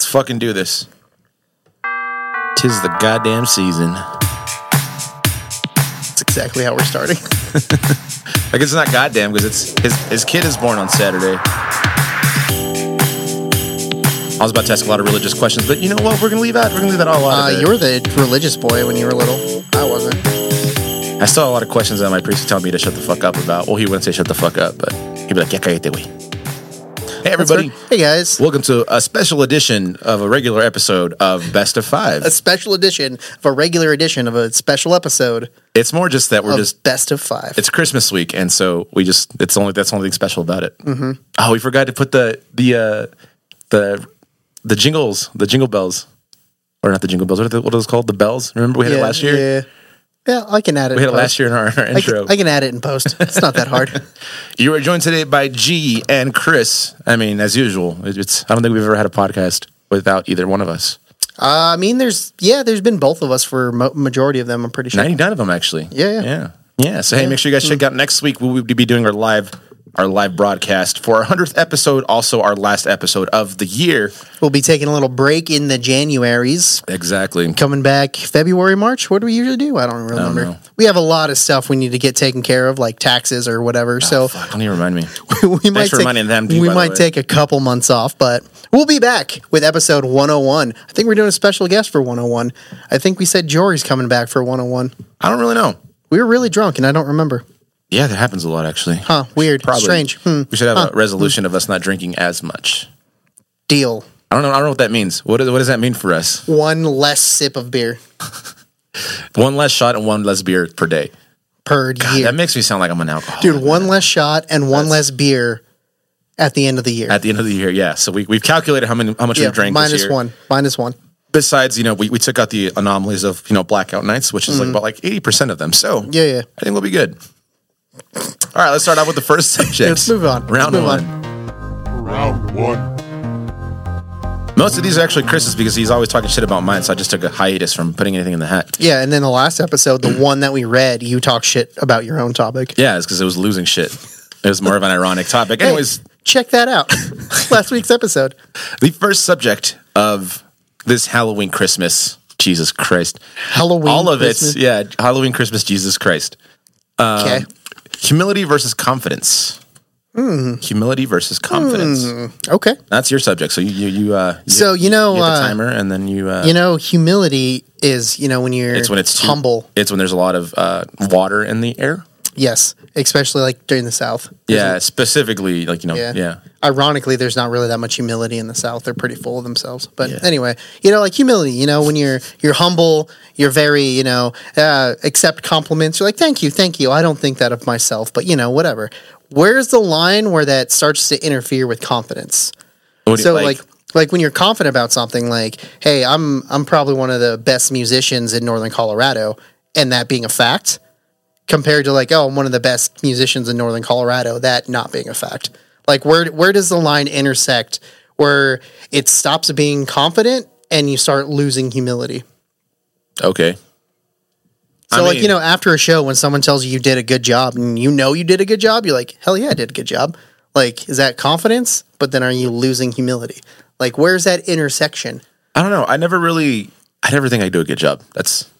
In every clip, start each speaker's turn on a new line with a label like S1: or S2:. S1: fucking do this. Tis the goddamn season.
S2: That's exactly how we're starting.
S1: I guess it's not goddamn because it's his his kid is born on Saturday. I was about to ask a lot of religious questions, but you know what? We're gonna leave out. We're gonna leave that all out.
S2: Uh,
S1: of it.
S2: you were the religious boy when you were little. I wasn't.
S1: I still have a lot of questions that my priest would tell me to shut the fuck up about. Well, he wouldn't say shut the fuck up, but he'd be like, "Yeah, cállate, güey." Hey,
S2: That's
S1: everybody.
S2: right. Hey guys.
S1: Welcome to a special edition of a regular episode of Best of
S2: A
S1: Five.
S2: special edition of a regular edition of a special episode
S1: It's more just that we're
S2: of
S1: just
S2: Best of Five.
S1: it's Christmas week, and so we just it's only that's the only thing special about it. Mm-hmm. Oh, we forgot to put the the uh, the the jingles, the jingle bells, or not the jingle bells. What are, the, what are those called? The bells. Remember we had it last year.
S2: Yeah. Yeah, I can add it.
S1: We had it last year in our, our
S2: I can,
S1: intro.
S2: I can add it in post. It's not that hard.
S1: you are joined today by G and Chris. I mean, as usual, it- it's I don't think we've ever had a podcast without either one of us.
S2: Uh, I mean, there's yeah, there's been both of us for mo- majority of them. I'm pretty sure.
S1: Ninety nine of them actually.
S2: Yeah, yeah.
S1: yeah, yeah. So hey, make sure you guys check out next week. We will be doing our live our live broadcast for our hundredth episode, also our last episode of the year.
S2: We'll be taking a little break in the Januaries,
S1: Exactly.
S2: coming back February, March. What do we usually do? I don't remember.
S1: know.
S2: We have a lot of stuff we need to get taken care of, like taxes or
S1: Ah,
S2: whatever. so
S1: Fuck, don't even remind me.
S2: we might
S1: for
S2: take,
S1: reminding them, too,
S2: we
S1: by the
S2: might
S1: way.
S2: take a couple months off, but we'll be back with episode 101. I think we're doing a special guest for 101. I think we said Jory's coming back for 101.
S1: I don't really know.
S2: We were really drunk, and I don't remember.
S1: Yeah, that happens a lot actually.
S2: Huh? Weird.
S1: Probably.
S2: Strange. Hmm.
S1: We should have a resolution of us not drinking as much.
S2: Deal.
S1: I don't know. I don't know what that means. What, do- what does that mean for us?
S2: One less sip of beer
S1: One less shot and one less beer per day.
S2: per year,
S1: That makes me sound like I'm an alcoholic.
S2: dude. One less shot and one less beer at the end of the year.
S1: At the end of the year, yeah. So we, we've calculated how many how much
S2: yeah,
S1: we've drank
S2: minus
S1: this year.
S2: one. Minus one.
S1: Besides, you know, we, we took out the anomalies of you know blackout nights, which is like about like eighty percent of them. So
S2: Mm-hmm. Yeah, yeah.
S1: I think we'll be good. All right, let's start out with the first subject.
S2: Let's move on. Let's
S1: Round
S2: move
S1: one.
S2: on.
S3: Round one.
S1: Most of these are actually Chris's because he's always talking shit about mine, so I just took a hiatus from putting anything in the hat.
S2: Yeah, and then the last episode, the one that we read, you talk shit about your own topic.
S1: Yeah, it's because it was losing shit. It was more of an ironic topic.
S2: Hey,
S1: Anyways,
S2: check that out. Last week's episode.
S1: the first subject of this Halloween Christmas, Jesus Christ.
S2: Halloween.
S1: All of um,
S2: Christmas.
S1: it, yeah, Halloween Christmas, Jesus Christ.
S2: Okay.
S1: Humility versus confidence.
S2: Hmm.
S1: Humility versus confidence.
S2: okay.
S1: That's your subject. So you, you, you uh, you-
S2: Hmm. So, you know,
S1: you hit the
S2: uh,
S1: timer, and then you, uh,
S2: You know, humility is, you know, when you're
S1: it's when it's too-
S2: humble.
S1: It's when there's a lot of uh, water in the air.
S2: Yes. Especially like during the South.
S1: Yeah, specifically, like you know,
S2: Yeah.
S1: yeah.
S2: Ironically, there's not really that much humility in the South. They're pretty full of themselves. But
S1: Yeah.
S2: anyway, you know, like humility, you know, when you're you're humble, you're very, you know, uh, accept compliments. You're like, thank you, thank you. I don't think that of myself, but you know, whatever. Where's the line where that starts to interfere with confidence?
S1: What do you-
S2: so like, like when you're confident about something like hey i'm i'm probably one of the best musicians in northern colorado and that being a fact compared to like oh i'm one of the best musicians in northern colorado that not being a fact like where where does the line intersect where it stops being confident and you start losing humility
S1: okay.
S2: so
S1: I
S2: like
S1: mean-
S2: you know after a show when someone tells you you did a good job and you know you did a good job you're like hell yeah i did a good job like is that confidence but then are you losing humility like where's that intersection
S1: I don't know. I never really. I never think I do a good job. That's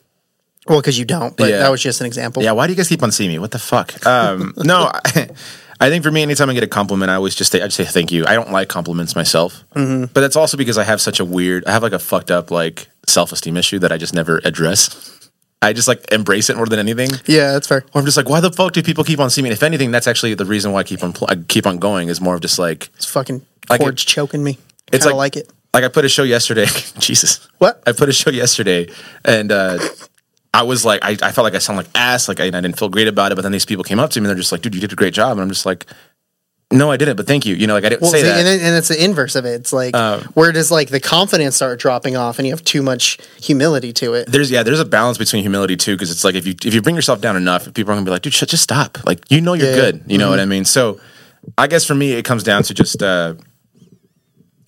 S2: Well, because you don't. But
S1: Yeah.
S2: that was just an example.
S1: yeah. Why do you guys keep on seeing me? What the fuck? Um, no, I, I think for me, anytime I get a compliment, I always just say, I just say thank you. I don't like compliments myself, but that's also because I have such a weird. I have like a fucked up like self esteem issue that I just never address. I just like embrace it more than anything.
S2: Yeah, that's fair.
S1: Or I'm just like, why the fuck do people keep on seeing me? If anything, that's actually the reason why I keep on pl- I keep on going is more of just like
S2: It's fucking
S1: Like
S2: cords choking me.
S1: It's
S2: Kinda
S1: like-
S2: like it.
S1: like I put a show yesterday. Jesus,
S2: What?
S1: I put a show yesterday, and uh, I was like, I, I felt like I sound like ass. Like I, I didn't feel great about it. But then these people came up to me, and they're just like, "Dude, you did a great job." And I'm just like, "No, I didn't." But thank you. You know, like I didn't
S2: Well,
S1: say
S2: see,
S1: that. Um,
S2: And, then, and it's the inverse of it. It's like where does like the confidence start dropping off, and you have too much humility to it.
S1: there's yeah, there's a balance between humility too, because it's like if you if you bring yourself down enough, people are gonna be like, "Dude, shut, just stop." Like you know you're
S2: Yeah. Mm-hmm.
S1: good. You know what I mean? So I guess for me, it comes down to just uh,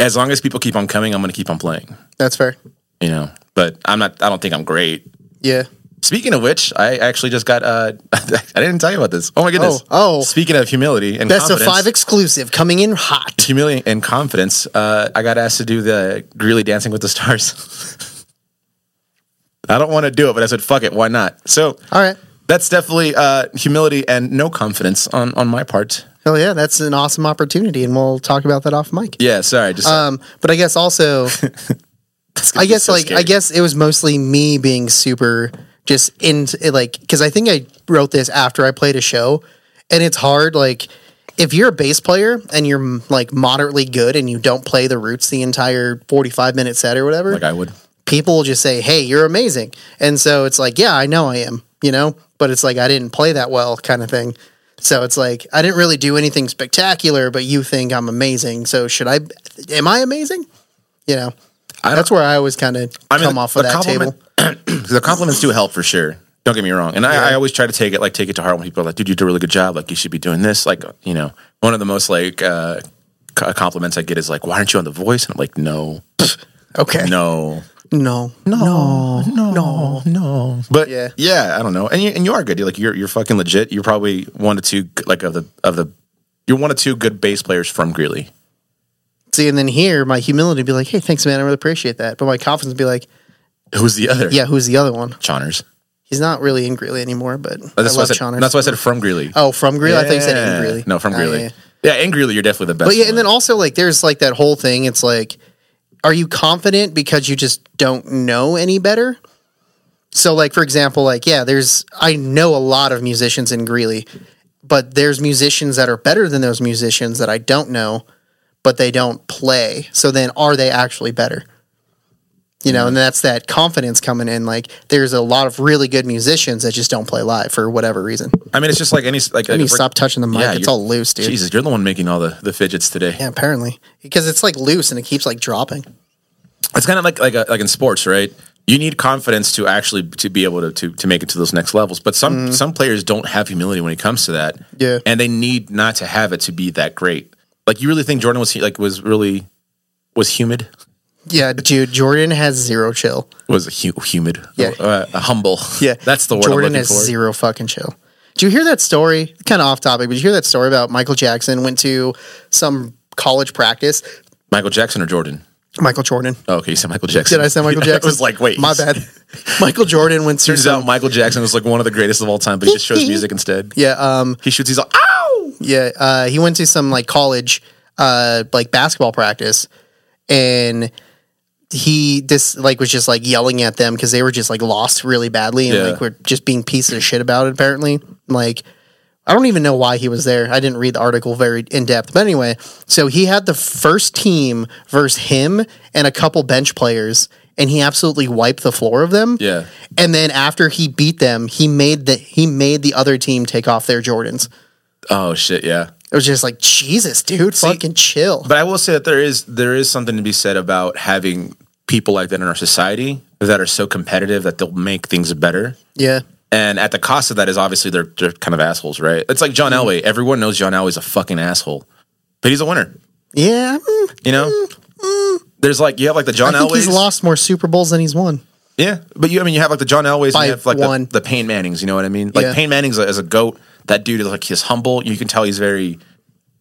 S1: as long as people keep on coming, I'm gonna keep on playing.
S2: That's fair.
S1: You know, but I'm not. I don't think I'm great.
S2: Yeah.
S1: Speaking of which, I actually just got. Uh, I didn't tell you about this. Oh my goodness!
S2: Oh, oh.
S1: Speaking of humility and
S2: Best of
S1: confidence,
S2: five exclusive coming in hot.
S1: humility and confidence, uh, I got asked to do the Greeley Dancing with the Stars. I don't want to do it, but I said, "Fuck it, why not?" So,
S2: All right.
S1: that's definitely uh, humility and no confidence on on my part.
S2: Hell yeah, that's an awesome opportunity, and we'll talk about that off mic.
S1: Yeah, sorry. Just
S2: Um, but I guess also,
S1: that's gonna
S2: I
S1: be
S2: guess
S1: so
S2: like I
S1: scary.
S2: guess it was mostly me being super just into it, like because I think I wrote this after I played a show, and it's hard like if you're a bass player and you're m- like moderately good and you don't play the roots the entire 45 minute set or whatever,
S1: like I would.
S2: people will just say, "Hey, you're amazing," and so it's like, "Yeah, I know I am," you know. But it's like I didn't play that well, kind of thing. So it's like I didn't really do anything spectacular, but you think I'm amazing. So should I? Am I amazing? You know,
S1: I
S2: that's where I always kind of
S1: I mean,
S2: come
S1: the-
S2: off of
S1: the
S2: that
S1: compliment-
S2: table.
S1: the compliments do help for sure. Don't get me wrong. And I, I always try to take it like take it to heart when people are like, dude, you did a really good job. Like you should be doing this. Like, you know, one of the most like uh, c- compliments I get is like, why aren't you on the voice? And I'm like, no,
S2: Okay,
S1: no,
S2: no,
S1: no, no, no, no. But
S2: Yeah.
S1: yeah, I don't know. And you, and you are good. You're like you're, you're fucking legit. You're probably one or two like of the, of the, you're one of two good bass players from Greeley.
S2: See, and then here my humility would be like, "Hey, thanks, man. I really appreciate that." But my confidence would be like,
S1: Who's the other?
S2: "Yeah, who's the other one?"
S1: Choners.
S2: He's not really in Greeley anymore, but
S1: That's,
S2: I
S1: why I
S2: love
S1: said,
S2: Choners.
S1: that's why I said from Greeley.
S2: oh, from Greeley, I think you said in
S1: Yeah.
S2: Greeley.
S1: No, from
S2: Ah,
S1: Greeley.
S2: yeah, yeah.
S1: yeah. and Greeley, you're definitely the best.
S2: But yeah,
S1: one.
S2: and then also like there's like that whole thing. It's like, are you confident because you just don't know any better? So like for example, like yeah, there's I know a lot of musicians in Greeley, but there's musicians that are better than those musicians that I don't know, but they don't play. So then are they actually better? You
S1: Mm-hmm.
S2: know, and that's that confidence coming in. Like, there's a lot of really good musicians that just don't play live for whatever reason.
S1: I mean, it's just like any like.
S2: And you stop touching the mic;
S1: Yeah,
S2: it's
S1: you're-
S2: all loose, dude.
S1: Jesus, you're the one making all the, the fidgets today.
S2: Yeah, apparently. Because it's like loose and it keeps like dropping.
S1: It's kind of like like a, like in sports, right? You need confidence to actually to be able to, to to make it to those next levels. But some some players don't have humility when it comes to that.
S2: Mm-hmm. Yeah.
S1: and they need not to have it to be that great. Like you really think Jordan was he- like was really was humid
S2: Yeah, dude, Jordan has zero chill.
S1: was hu- humid
S2: Yeah.
S1: uh, humble that's the word
S2: Jordan
S1: I'm looking
S2: has
S1: for.
S2: zero fucking chill. Did you hear that story? Kind of off topic, but did you hear that story about Michael Jackson went to some college practice?
S1: Michael Jackson or Jordan?
S2: Michael Jordan.
S1: Oh, okay, you said Michael Jackson.
S2: Did I say Michael Jackson?
S1: I was like, wait,
S2: My bad. Michael Jordan went to
S1: Turns out
S2: some,
S1: Michael Jackson was like one of the greatest of all time, but he just chose music instead.
S2: yeah, um,
S1: He shoots. He's like, "Ah!" ow!
S2: Yeah, uh, he went to some like college, uh, like basketball practice, and he this like was just like yelling at them because they were just like lost really badly and
S1: Yeah.
S2: like were just being pieces of shit about it. Apparently, like I don't even know why he was there. I didn't read the article very in depth, but anyway, so he had the first team versus him and a couple bench players. And he absolutely wiped the floor of them.
S1: Yeah.
S2: And then after he beat them, he made the he made the other team take off their Jordans.
S1: Oh shit, yeah.
S2: It was just like Jesus, dude, fucking chill.
S1: But I will say that there is there is something to be said about having people like that in our society that are so competitive that they'll make things better.
S2: yeah,
S1: And at the cost of that is obviously they're, they're kind of assholes, right? It's like
S2: Mm.
S1: John Elway. Everyone knows John Elway's a fucking asshole, but he's a winner.
S2: yeah. mm,
S1: You know, there's like you have like the John
S2: I think
S1: Elways.
S2: he's lost more Super Bowls than he's won.
S1: Yeah, but you I mean you have like the John Elways, and
S2: By
S1: you have like
S2: one.
S1: the, the Payne Mannings. You know what I mean? Like
S2: Yeah.
S1: Payne Mannings is a goat. That dude is like he's humble. You can tell he's very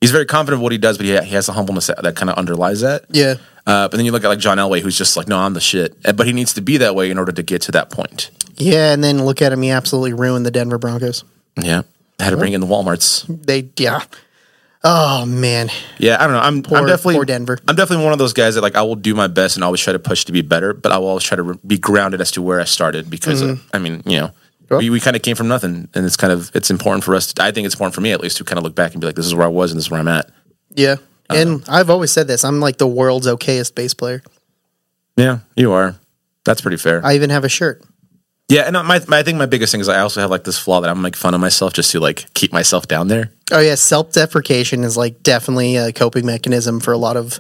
S1: he's very confident of what he does, but he, he has the humbleness that, that kind of underlies that.
S2: Yeah,
S1: Uh, but then you look at like John Elway, who's just like, no, I'm the shit. Uh, But he needs to be that way in order to get to that point.
S2: yeah. And then look at him; he absolutely ruined the Denver Broncos.
S1: Yeah, had to bring in the WalMarts.
S2: They, yeah. Oh man,
S1: Yeah, I don't know. I'm,
S2: Poor-
S1: I'm definitely
S2: poor Denver.
S1: I'm definitely one of those guys that like I will do my best and always try to push to be better, but I will always try to re- be grounded as to where I started because
S2: Mm-hmm.
S1: uh, I mean, you know, we, we kind of came from nothing, and it's kind of it's important for us. To, I think it's important for me at least to kind of look back and be like, this is where I was and this is where I'm at.
S2: yeah. And I've always said this: I'm like the world's okayest bass player.
S1: Yeah, you are. That's pretty fair.
S2: I even have a shirt.
S1: yeah, and uh, my, my I think my biggest thing is I also have like this flaw that I'm like fun of myself just to like keep myself down there.
S2: Oh yeah, self-deprecation is like definitely a coping mechanism for a lot of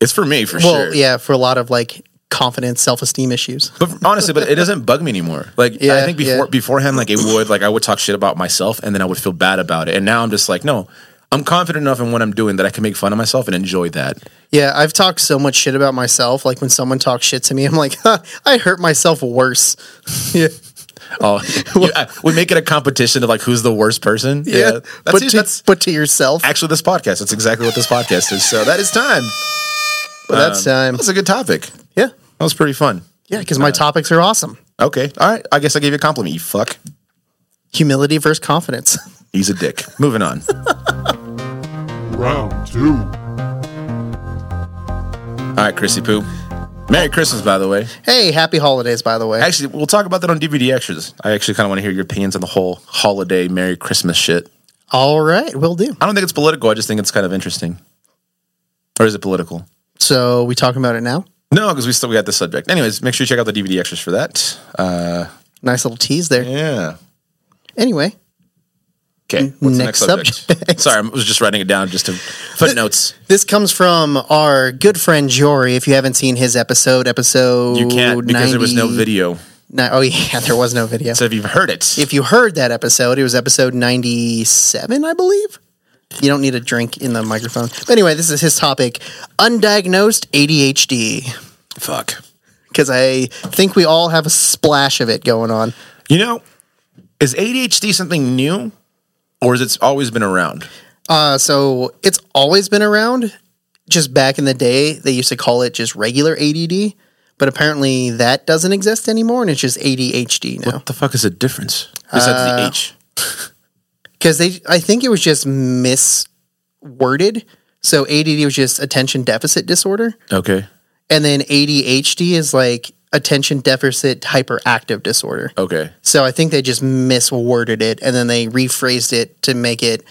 S1: It's for me for
S2: well,
S1: sure.
S2: yeah, for a lot of like confidence, self-esteem issues.
S1: But honestly, but it doesn't bug me anymore. Like
S2: Yeah,
S1: I think before
S2: yeah.
S1: beforehand, like it would, like I would talk shit about myself, and then I would feel bad about it. And now I'm just like, no, I'm confident enough in what I'm doing that I can make fun of myself and enjoy that.
S2: Yeah, I've talked so much shit about myself. Like when someone talks shit to me, I'm like, huh, I hurt myself worse. yeah.
S1: Oh, you- uh, we make it a competition of like who's the worst person. that's,
S2: but,
S1: that's,
S2: to, but to yourself.
S1: actually this podcast. That's exactly what this podcast is. So that is time. Um,
S2: But that's time.
S1: That's a good topic.
S2: Yeah.
S1: That was pretty fun.
S2: Yeah, because my topics are awesome.
S1: Okay, all right. I guess I gave you a compliment. You fuck.
S2: Humility versus confidence.
S1: He's a dick. Moving on.
S3: round two,
S1: All right, Chrissy Poo. Merry Christmas, by the way.
S2: Hey, happy holidays, by the way.
S1: Actually, we'll talk about that on DVD extras. I actually kind of want to hear your opinions on the whole holiday Merry Christmas shit.
S2: All right, will do.
S1: I don't think it's political. I just think it's kind of interesting. Or is it political?
S2: So we talking about it now?
S1: No, because we still we got this subject. Anyways, make sure you check out the DVD extras for that. Uh,
S2: Nice little tease there.
S1: yeah.
S2: Anyway,
S1: Okay. What's
S2: Next
S1: the next subject?
S2: subject.
S1: Sorry, I was just writing it down just to footnotes.
S2: this comes from our good friend Jory. If you haven't seen his episode, episode
S1: You can't because there was no
S2: 90
S1: video.
S2: ni- oh yeah, there was no video.
S1: So if you've heard it,
S2: if you heard that episode, it was episode 97, I believe. You don't need a drink in the microphone. But anyway, this is his topic undiagnosed ADHD.
S1: fuck.
S2: Because I think we all have a splash of it going on.
S1: You know, is ADHD something new, or has it always been around?
S2: Uh, so it's always been around. Just back in the day, they used to call it just regular ADD. But apparently that doesn't exist anymore. And it's just ADHD now.
S1: What the fuck is the difference Uh, besides the H?
S2: because they I think it was just misworded. So ADD was just attention deficit disorder,
S1: Okay,
S2: and then ADHD is like attention deficit hyperactive disorder.
S1: okay,
S2: So I think they just misworded it and then they rephrased it to make it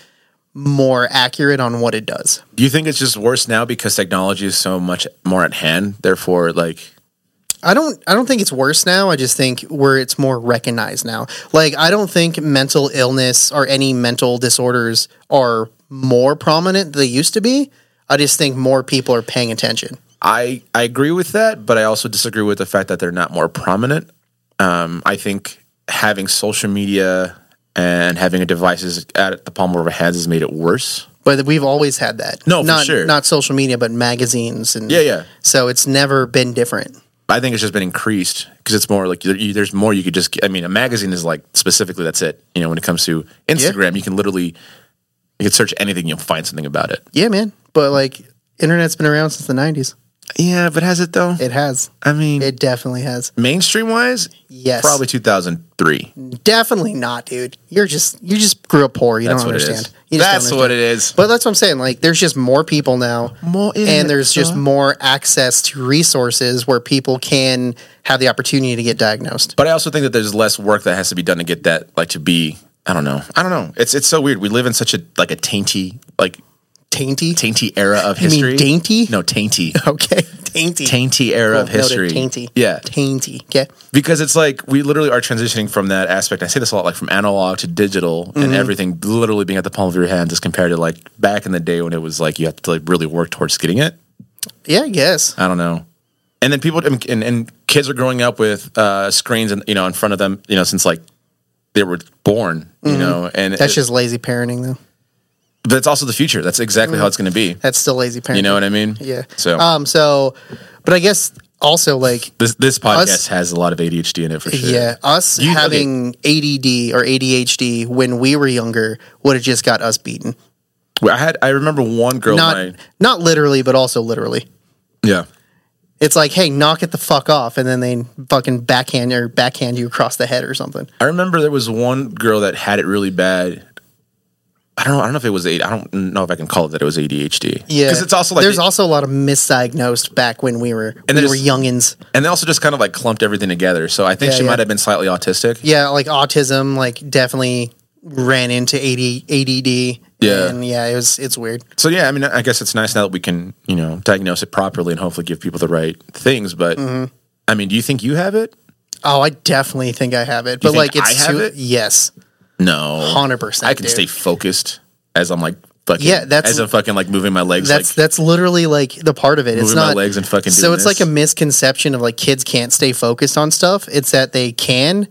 S2: more accurate on what it does.
S1: Do you think it's just worse now because technology is so much more at hand? Therefore, like,
S2: I don't I don't think it's worse now. I just think where it's more recognized now. Like I don't think mental illness or any mental disorders are more prominent than they used to be. I just think more people are paying attention.
S1: I I agree with that, but I also disagree with the fact that they're not more prominent. Um, I think having social media and having a device is at the palm of our hands has made it worse.
S2: But we've always had that.
S1: No, for
S2: not
S1: sure.
S2: not social media, but magazines and
S1: Yeah, yeah.
S2: So it's never been different.
S1: I think it's just been increased because it's more like there, you, there's more you could just. I mean, a magazine is like specifically that's it. You know, when it comes to Instagram, you can literally you can search anything, you'll find something about it.
S2: Yeah, man. But like internet's been around since the nineties.
S1: Yeah, but has it though?
S2: It has.
S1: I mean,
S2: It definitely has.
S1: mainstream wise,
S2: Yes.
S1: probably 2003.
S2: Definitely not, dude. You're just you just grew up poor. You
S1: That's
S2: don't
S1: what
S2: understand.
S1: it is.
S2: You just don't
S1: That's
S2: understand.
S1: what it is.
S2: But that's what I'm saying. Like, there's just more people now,
S1: More idiots,
S2: and there's just
S1: huh?
S2: more access to resources where people can have the opportunity to get diagnosed.
S1: But I also think that there's less work that has to be done to get that like to be. I don't know. I don't know. It's it's so weird. We live in such a like a tainty like
S2: Tainty,
S1: tainty era of
S2: you
S1: history.
S2: mean dainty?
S1: No, tainty.
S2: Okay, tainty,
S1: tainty era of
S2: Noted.
S1: history.
S2: Tainty,
S1: Yeah.
S2: tainty. Okay,
S1: because it's like we literally are transitioning from that aspect. I say this a lot, like from analog to digital,
S2: Mm-hmm.
S1: and everything literally being at the palm of your hands as compared to like back in the day when it was like you have to like really work towards getting it.
S2: yeah, I guess.
S1: I don't know. And then people and, and, and kids are growing up with uh, screens and you know in front of them, you know, since like they were born, you know, and
S2: Mm-hmm. That's
S1: it-
S2: just lazy parenting, though.
S1: but it's also the future. That's exactly how it's going to be.
S2: That's still lazy parenting.
S1: You know what I mean?
S2: Mm. Yeah.
S1: So
S2: um, so, but I guess also like,
S1: this this podcast
S2: us-
S1: has a lot of ADHD in it for sure.
S2: yeah, us
S1: You- okay.
S2: having ADD or ADHD when we were younger would have just got us beaten.
S1: Well, I had I remember one girl.
S2: not
S1: in Oh my-
S2: not literally, but also literally.
S1: yeah.
S2: It's like, hey, knock it the fuck off, and then they fucking backhand or backhand you across the head or something.
S1: I remember there was one girl that had it really bad. I don't know. I don't know if it was. A- I don't know if I can call it that. It was ADHD.
S2: Yeah,
S1: because it's also like,
S2: there's also a lot of misdiagnosed back when we were
S1: And
S2: we
S1: there's-
S2: were youngins.
S1: and they also just kind of like clumped everything together. So I think
S2: Yeah,
S1: she
S2: yeah.
S1: might have been slightly autistic.
S2: Yeah, like autism, like definitely ran into AD, ADD.
S1: Yeah.
S2: and yeah, it was it's weird.
S1: So yeah, I mean, I guess it's nice now that we can you know diagnose it properly and hopefully give people the right things. But
S2: Mm-hmm.
S1: I mean, do you think you have it?
S2: Oh, I definitely think I have it, but
S1: think
S2: like it's
S1: I have
S2: too,
S1: it?
S2: yes,
S1: No,
S2: hundred percent.
S1: I can
S2: dude.
S1: stay focused as I'm like fucking.
S2: Yeah, that's-
S1: as I'm fucking like moving my legs.
S2: That's
S1: like,
S2: that's literally like the part of it. It's
S1: Moving my
S2: not
S1: legs and fucking
S2: So
S1: doing
S2: it's
S1: this.
S2: like a misconception of like kids can't stay focused on stuff. It's that they can,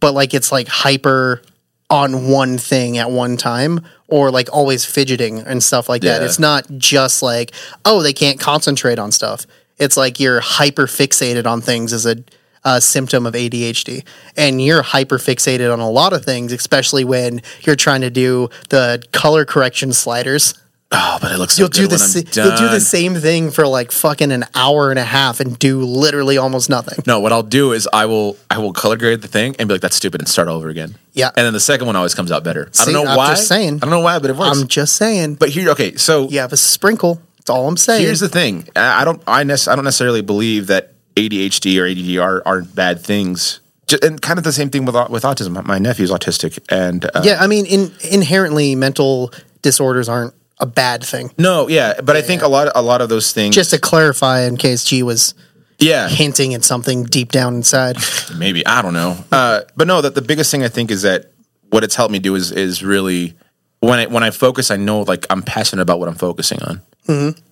S2: but like it's like hyper on one thing at one time or like always fidgeting and stuff like that.
S1: Yeah.
S2: It's not just like oh they can't concentrate on stuff. It's like you're hyper fixated on things as a uh, symptom of ADHD. And you're hyper fixated on a lot of things, especially when you're trying to do the color correction sliders.
S1: Oh, but it looks so
S2: You'll
S1: good
S2: do the
S1: when I'm
S2: sa- you'll do
S1: done.
S2: the same thing for like fucking an hour and a half and do literally almost nothing.
S1: No, what I'll do is I will I will color grade the thing and be like, that's stupid and start all over again.
S2: Yeah.
S1: And then the second one always comes out better. I
S2: See,
S1: don't know
S2: I'm
S1: why.
S2: just saying.
S1: I don't know why, but it works.
S2: I'm just saying. But
S1: but here okay, so
S2: you have a sprinkle. That's all I'm saying.
S1: here's the thing. I I don't I, nec- I don't necessarily believe that ADHD or ADD are, are bad things. Ju- And kind of the same thing with au- with autism. My- My nephew's autistic, and uh,
S2: yeah, I mean, in, inherently mental disorders aren't a bad thing.
S1: no, yeah. But I think a lot a lot of those things.
S2: Just to clarify, in case G was
S1: yeah,
S2: hinting at something deep down inside.
S1: maybe I don't know. Uh, but no, that the biggest thing I think is that what it's helped me do is is really when I when I focus, I know like I'm passionate about what I'm focusing on.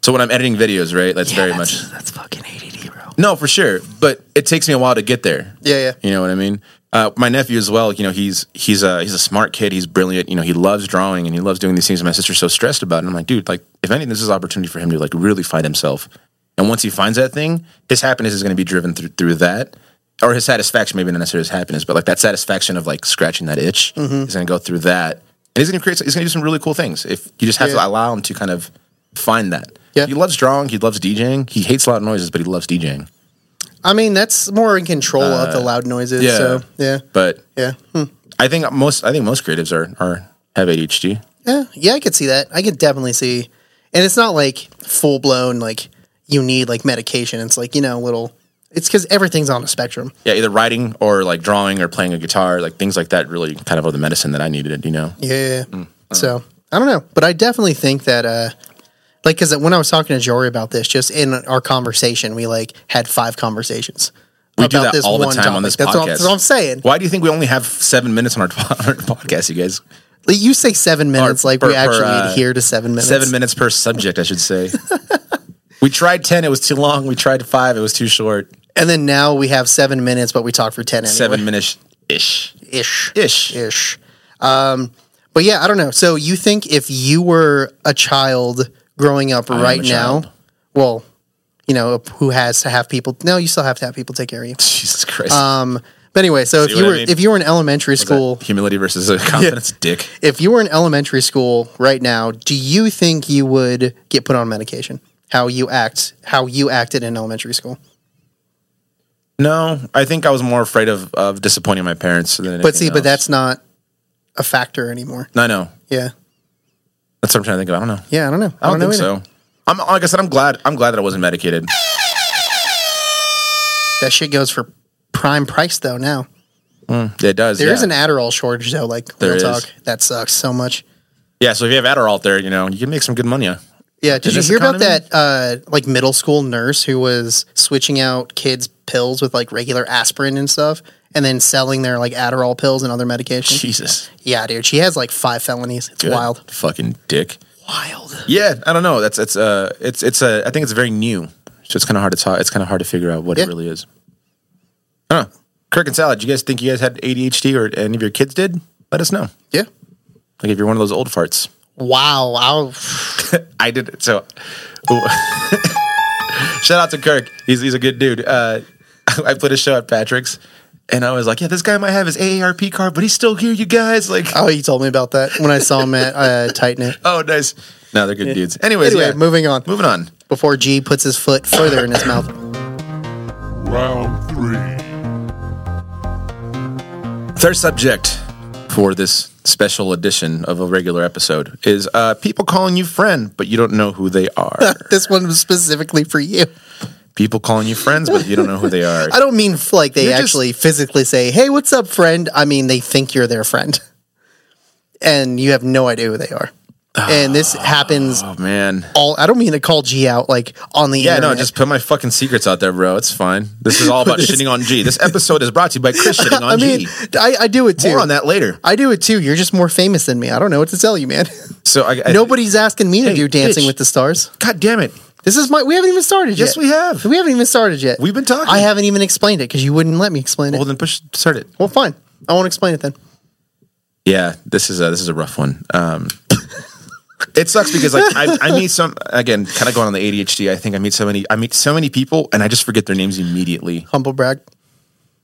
S1: So when I'm editing videos, right, that's very much
S2: Mm-hmm. That's fucking ADD, bro.
S1: no for sure. But it takes me a while to get there.
S2: Yeah, yeah.
S1: You know what I mean? Uh, my nephew as well. You know, he's he's a he's a smart kid. He's brilliant. You know, he loves drawing and he loves doing these things. And my sister's so stressed about it. I'm like, dude, like if anything, this is an opportunity for him to like really find himself. And once he finds that thing, his happiness is going to be driven through through that, or his satisfaction, maybe not necessarily his happiness, but like that satisfaction of like scratching that itch
S2: Mm-hmm.
S1: is going to go through that. And he's going to create. He's going to do some really cool things if you just have
S2: Yeah.
S1: to allow him to kind of find that.
S2: Yeah.
S1: He loves drawing. He loves DJing. He hates loud noises, but he loves DJing.
S2: I mean, that's more in control of the loud noises.
S1: Uh, yeah.
S2: So, yeah.
S1: But
S2: Yeah. Hmm.
S1: I think most I think most creatives are are have ADHD.
S2: Yeah. Yeah, I could see that. I could definitely see. And it's not like full blown, like you need like medication. It's like, you know, little, it's because everything's on a spectrum.
S1: Yeah, either writing or like drawing or playing a guitar, like things like that. Really, kind of are the medicine that I needed. You know.
S2: Yeah.
S1: Mm,
S2: so I don't know, but I definitely think that, uh, like, because when I was talking to Jory about this, just in our conversation, we like had five conversations.
S1: We do that all the time on this
S2: that's
S1: podcast.
S2: What, that's what I'm saying.
S1: Why do you think we only have seven minutes on our, on our podcast, you guys?
S2: Like, You say seven minutes, like
S1: per-
S2: we
S1: per,
S2: actually
S1: uh,
S2: adhere to seven minutes.
S1: Seven minutes per subject, I should say. we tried ten; it was too long. We tried five; it was too short.
S2: and then now we have seven minutes, but we talk for ten anyway.
S1: Seven minutes ish,
S2: ish,
S1: ish.
S2: ish. Um, but yeah, I don't know. So you think if you were a child growing up
S1: am
S2: right
S1: a
S2: now,
S1: child.
S2: well, you know, who has to have people? No, you still have to have people take care of you.
S1: Jesus Christ!
S2: Um, but anyway, so if
S1: what
S2: you
S1: I
S2: were
S1: mean?
S2: if you were in elementary school,
S1: Humility versus uh, confidence, dick.
S2: if you were in elementary school right now, do you think you would get put on medication? How you act, how you acted in elementary school.
S1: No, I think I was more afraid of, of disappointing my parents than.
S2: But see,
S1: anything
S2: but
S1: else.
S2: that's not a factor anymore.
S1: I know.
S2: Yeah,
S1: That's what I'm trying to think of. I don't know.
S2: yeah. I don't know.
S1: I don't,
S2: know
S1: think
S2: either.
S1: so. I'm like I said. I'm glad. I'm glad that I wasn't medicated.
S2: That shit goes for prime price though. Now
S1: It does.
S2: there
S1: yeah.
S2: is an Adderall shortage though. Like
S1: There
S2: real
S1: is.
S2: talk, that sucks so much.
S1: yeah. So if you have Adderall out there, you know you can make some good money.
S2: Yeah, did
S1: In
S2: you
S1: this
S2: hear
S1: economy?
S2: about that? Uh, like middle school nurse who was switching out kids' pills with like regular aspirin and stuff, and then selling their like Adderall pills and other medications.
S1: Jesus,
S2: yeah, dude, she has like five felonies. It's
S1: Good
S2: wild.
S1: fucking dick.
S2: Wild.
S1: Yeah, I don't know. That's it's uh it's it's uh, I think it's very new, so it's kind of hard to talk. It's kind of hard to figure out what
S2: Yeah.
S1: it really is. Huh? Kirk and Salad, you guys think you guys had ADHD or any of your kids did? Let us know.
S2: Yeah.
S1: Like if you're one of those old farts.
S2: Wow. Wow.
S1: I did it. So, ooh. shout out to Kirk. He's he's a good dude. Uh, I put a show at Patrick's, and I was like, "Yeah, this guy might have his AARP card, but he's still here, you guys." Like,
S2: Oh, you told me about that when I saw him at uh, Tighten It.
S1: oh, nice. No, they're good dudes. Anyways,
S2: Anyway,
S1: yeah.
S2: moving on.
S1: moving on.
S2: Before G puts his foot further in his mouth.
S3: Round three.
S1: Third subject for this special edition of a regular episode is uh, people calling you friend, but you don't know who they are.
S2: This one was specifically for you.
S1: people calling you friends, but you don't know who they are.
S2: I don't mean f- like they
S1: You're just-
S2: actually physically say, "Hey, what's up, friend?" I mean they think you're their friend, and you have no idea who they are. And this happens
S1: Oh man.
S2: all. I don't mean to call G out like on the
S1: Yeah, no,
S2: internet.
S1: just put my fucking secrets out there, bro. It's fine. This is all about
S2: This-
S1: shitting on G. This episode is brought to you by Chris shitting on
S2: I mean,
S1: G.
S2: I, I do it too.
S1: More on that later.
S2: I do it too. You're just more famous than me. I don't know what to tell you, man.
S1: So I, I
S2: Nobody's asking me to
S1: Hey,
S2: do Dancing
S1: bitch.
S2: with the Stars.
S1: God damn it.
S2: This is my. We haven't even started
S1: Yes,
S2: yet.
S1: we have.
S2: We haven't even started yet.
S1: We've been talking.
S2: I haven't even explained it because you wouldn't let me explain it.
S1: Well, then push start it.
S2: well, fine. I won't explain it then.
S1: Yeah, this is a this is a rough one. Um, it sucks because like I, I meet some again, kind of going on the ADHD. I think I meet so many I meet so many people and I just forget their names immediately.
S2: Humble brag.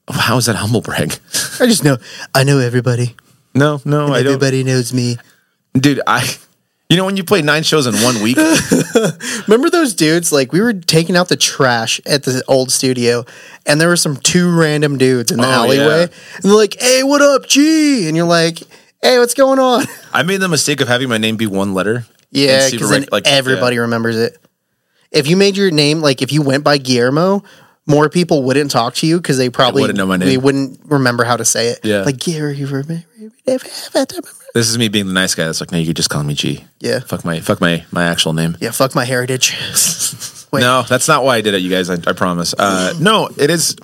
S1: How is that humble brag?
S2: I just know I know everybody.
S1: No, no, I don't.
S2: Everybody knows me.
S1: Dude, I. You know when you play nine shows in one week?
S2: Remember those dudes? Like we were taking out the trash at the old studio, and there were some two random dudes in the
S1: Oh,
S2: alleyway,
S1: yeah.
S2: and they're like, "Hey, what up, G?" And you're like, "Hey, what's going on?"
S1: I made the mistake of having my name be one letter.
S2: Yeah,
S1: And super
S2: because then
S1: rec- like, yeah.
S2: everybody remembers it. If you made your name, like if you went by Guillermo, more people wouldn't talk to you because they probably
S1: wouldn't know my name.
S2: They wouldn't remember how to say it.
S1: Yeah.
S2: like Guillermo.
S1: This is me being the nice guy. That's like, no, you could just call me G.
S2: Yeah,
S1: Fuck my, fuck my, my actual name.
S2: yeah. Fuck my heritage. Wait.
S1: No, that's not why I did it, you guys. I, I promise. Uh, no, it is.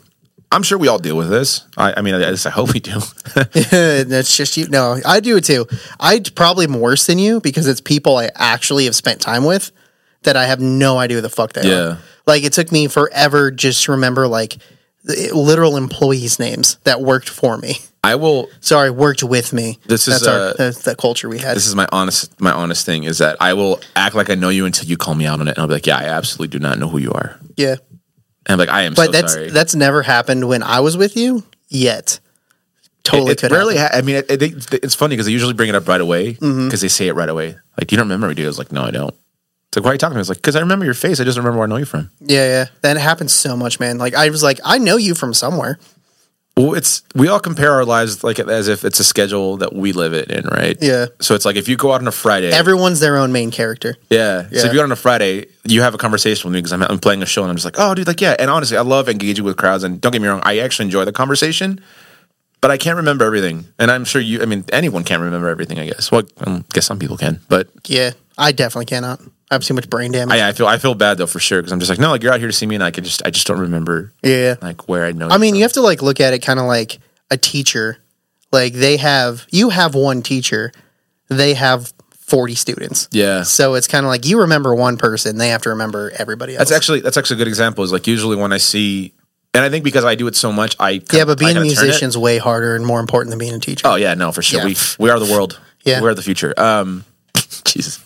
S1: I'm sure we all deal with this. I, I mean, I, just, I hope we do.
S2: That's just you. No, I do it too. I probably am worse than you because it's people I actually have spent time with that I have no idea who the fuck they
S1: Yeah.
S2: are. Like it took me forever just to remember like the literal employees' names that worked for me.
S1: I will.
S2: Sorry, worked with me.
S1: This is,
S2: that's
S1: uh,
S2: our, that's the culture we had.
S1: This is my honest, my honest thing is that I will act like I know you until you call me out on it, and I'll be like, yeah, I absolutely do not know who you are.
S2: yeah,
S1: And I'm like, I am.
S2: but
S1: so
S2: that's
S1: sorry.
S2: that's never happened when I was with you yet. Totally
S1: it
S2: could
S1: rarely.
S2: happen. Mm-hmm.
S1: Ha- I mean, it, it, it's funny because they usually bring it up right away because they say it right away. Like, you don't remember, do you? I was like, no, I don't. It's like, why are you talking to me? I was like, because I remember your face. I just don't remember where I know you from.
S2: yeah, yeah. That happens so much, man. Like I was like, I know you from somewhere.
S1: Well, it's we all compare our lives like as if it's a schedule that we live it in, right?
S2: Yeah.
S1: So it's like if you go out on a Friday,
S2: Everyone's their own main character.
S1: yeah. So
S2: Yeah.
S1: if you go out on a Friday, you have a conversation with me because I'm, I'm playing a show and I'm just like, oh, dude, like yeah. And honestly, I love engaging with crowds. And don't get me wrong, I actually enjoy the conversation, but I can't remember everything. And I'm sure you, I mean, anyone can't remember everything. I guess. Well, I guess some people can, but
S2: Yeah, I definitely cannot. I have too much brain damage.
S1: I, I feel I feel bad though for sure because I'm just like, no, like you're out here to see me, and I could just I just don't remember
S2: yeah.
S1: like where I know.
S2: I mean, you have to like look at it kind of like a teacher. Like they have you have one teacher, they have 40 students.
S1: Yeah.
S2: So it's kind of like you remember one person, they have to remember everybody else.
S1: That's actually that's actually a good example. Is like usually when I see, and I think because I do it so much, I
S2: yeah, but being
S1: a
S2: a musician's way harder and more important than being a teacher.
S1: Oh yeah, no, for sure.
S2: Yeah.
S1: We we are the world.
S2: Yeah.
S1: we're the future. Um, Jesus.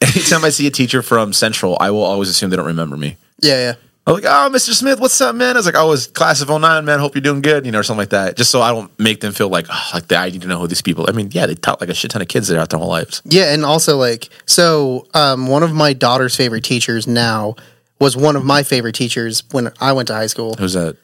S1: Anytime I see a teacher from Central, I will always assume they don't remember me.
S2: Yeah, yeah.
S1: I'm like, oh, Mr. Smith, what's up, man? I was like, oh, it's class of 09, man. Hope you're doing good, you know, or something like that. Just so I don't make them feel like, oh, like I need to know who these people. I mean, yeah, they taught like a shit ton of kids there out their whole lives.
S2: Yeah, and also like so um one of my daughter's favorite teachers now was one of my favorite teachers when I went to high school,
S1: Who's that?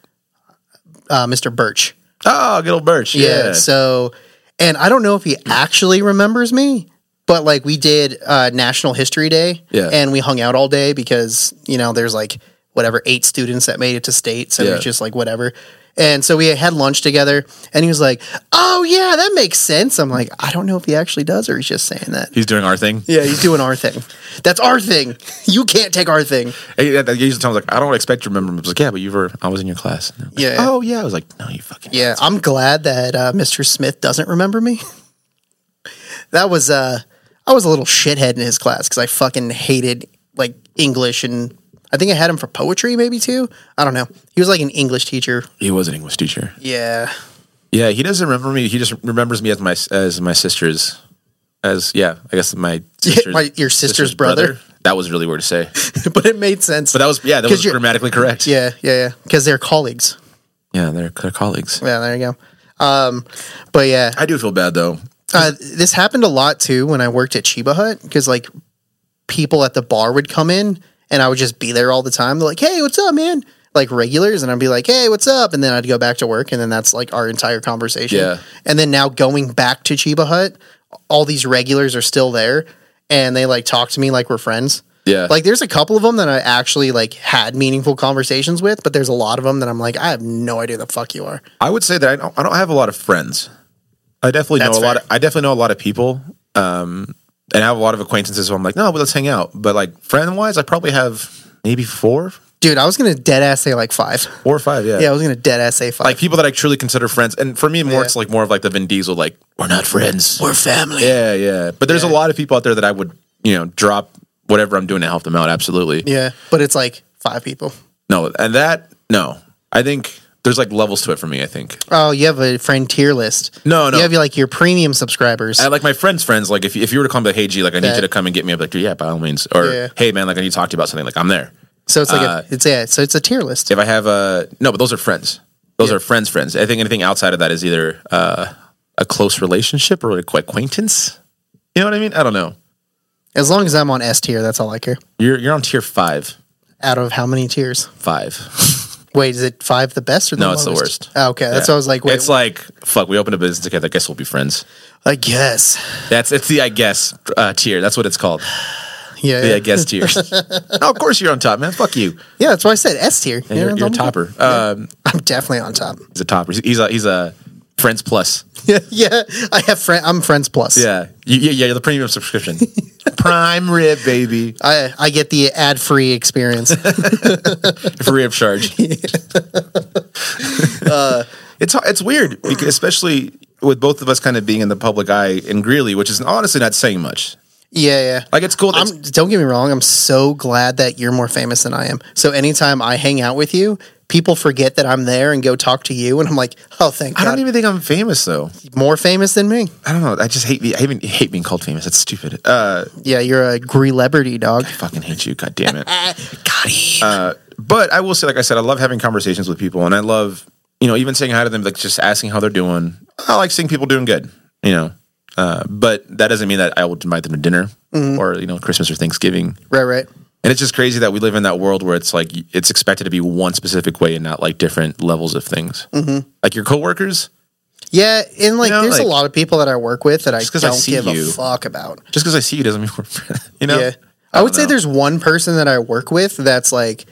S2: uh, Mr. Birch.
S1: Oh, good old Birch. Yeah.
S2: Yeah. So, and I don't know if he actually remembers me, but like we did uh, National History Day,
S1: Yeah.
S2: and we hung out all day because you know there's like whatever eight students that made it to state, so it
S1: Yeah.
S2: was just like whatever. And so we had lunch together, and he was like, "Oh yeah, that makes sense." I'm like, I don't know if he actually does or he's just saying that.
S1: He's doing our thing.
S2: Yeah, he's doing our thing. That's our thing. You can't take our thing.
S1: Hey, that- that usually sounds like, I don't expect you to remember. me." I was like, yeah, but you were, I was in your class. And they're like,
S2: Yeah.
S1: Oh, yeah. I was like, no, you fucking.
S2: Yeah, I'm glad that uh, Mr. Smith doesn't remember me. that was uh, I was a little shithead in his class because I fucking hated like English and I think I had him for poetry maybe too. I don't know. He was like an English teacher.
S1: He was an English teacher.
S2: Yeah,
S1: Yeah. He doesn't remember me. He just remembers me as my, as my sister's, as, yeah, I guess my sister's.
S2: my- your sister's brother.
S1: That was really weird to say.
S2: but it made sense.
S1: But that was, yeah, that
S2: 'Cause
S1: was
S2: you're-
S1: grammatically correct.
S2: yeah, yeah, yeah. Because they're colleagues.
S1: Yeah. They're, they're colleagues.
S2: Yeah, there you go. Um, but yeah,
S1: I do feel bad though.
S2: uh, this happened a lot too when I worked at Chiba Hut because like people at the bar would come in and I would just be there all the time. They're like, "Hey, what's up, man?" Like regulars, and I'd be like, "Hey, what's up?" And then I'd go back to work, and then that's like our entire conversation.
S1: Yeah.
S2: And then now going back to Chiba Hut, all these regulars are still there, and they like talk to me like we're friends.
S1: Yeah.
S2: Like there's a couple of them that I actually like had meaningful conversations with, but there's a lot of them that I'm like, I have no idea the fuck you are.
S1: I would say that I don't, I don't have a lot of friends. I definitely
S2: That's
S1: know a lot.
S2: fair.
S1: Of, I definitely know a lot of people, um, and I have a lot of acquaintances. So I'm like, no, but let's hang out. But like friend wise, I probably have maybe four,
S2: Dude, I was gonna dead ass say like five.
S1: four or five. Yeah,
S2: Yeah, I was gonna dead ass say five.
S1: like people that I truly consider friends. And for me, more
S2: Yeah.
S1: it's like more of like the Vin Diesel, like we're not friends.
S2: we're family.
S1: yeah, yeah. But there's a lot of people out there that I would you know drop whatever I'm doing to help them out. Absolutely.
S2: Yeah, but it's like five people.
S1: No, and that no, I think there's like levels to it for me. I think
S2: Oh, you have a friend tier list.
S1: no, Uh, no.
S2: You have like your premium subscribers.
S1: I like my friends' friends. Like if if you were to come, like, hey G, like I need
S2: That-
S1: you to come and get me. I'd be like, dude, yeah, by all means. Or
S2: Yeah.
S1: hey man, like I need to talk to you about something. Like I'm there.
S2: So it's like
S1: uh,
S2: a, it's yeah. So it's a tier list.
S1: If I have a no, but those are friends. Those are friends, friends. I think anything outside of that is either uh, a close relationship or an acquaintance. You know what I mean? I don't know.
S2: As long as I'm on S tier, that's all I care.
S1: You're you're on tier five,
S2: Out of how many tiers?
S1: five.
S2: Wait, is it five the best or the
S1: No, it's the
S2: lowest?
S1: worst.
S2: Oh, okay, that's
S1: Yeah.
S2: what I was like. Wait,
S1: it's like fuck. We opened a business together. I guess we'll be friends.
S2: I guess.
S1: That's it's the I guess uh, tier. That's what it's called.
S2: Yeah,
S1: The
S2: yeah.
S1: I guess tier. oh, of course you're on top, man. Fuck you.
S2: Yeah, that's why I said S tier. You know
S1: You're,
S2: what
S1: you're a
S2: I'm talking
S1: topper. Um,
S2: about? I'm definitely on top.
S1: he's a topper. He's, he's a he's a friends plus.
S2: Yeah, yeah. I have friend. I'm friends plus.
S1: Yeah, you, yeah, yeah. You're the premium subscription. Prime rib, baby.
S2: I I get the ad free experience.
S1: free of charge. Uh, it's it's weird, because especially with both of us kind of being in the public eye in Greeley, which is honestly not saying much.
S2: yeah, yeah.
S1: Like it's cool. that-
S2: I'm, don't get me wrong. I'm so glad that you're more famous than I am. So anytime I hang out with you, people forget that I'm there and go talk to you, and I'm like, oh, thank
S1: I
S2: God,
S1: don't even think I'm famous though.
S2: more famous than me.
S1: I don't know. I just hate. be- I even hate being called famous. That's stupid. Uh,
S2: Yeah, you're a celebrity dog.
S1: I fucking hate you. God damn it.
S2: Ah, got it.
S1: Uh, but I will say, like I said, I love having conversations with people, and I love you know even saying hi to them, like just asking how they're doing. I like seeing people doing good, you know. Uh, but that doesn't mean that I will invite them to dinner
S2: Mm-hmm.
S1: or you know Christmas or Thanksgiving.
S2: right, right.
S1: And it's just crazy that we live in that world where it's like it's expected to be one specific way and not like different levels of things. Mm-hmm. Like your coworkers,
S2: Yeah, and like,
S1: You know,
S2: there's
S1: like-
S2: a lot of people that I work with that I
S1: 'cause I
S2: don't
S1: see
S2: give
S1: you.
S2: a fuck about.
S1: just because I see you doesn't mean we're friends. You know,
S2: Yeah, I, would
S1: don't
S2: say
S1: know.
S2: there's one person that I work with that's like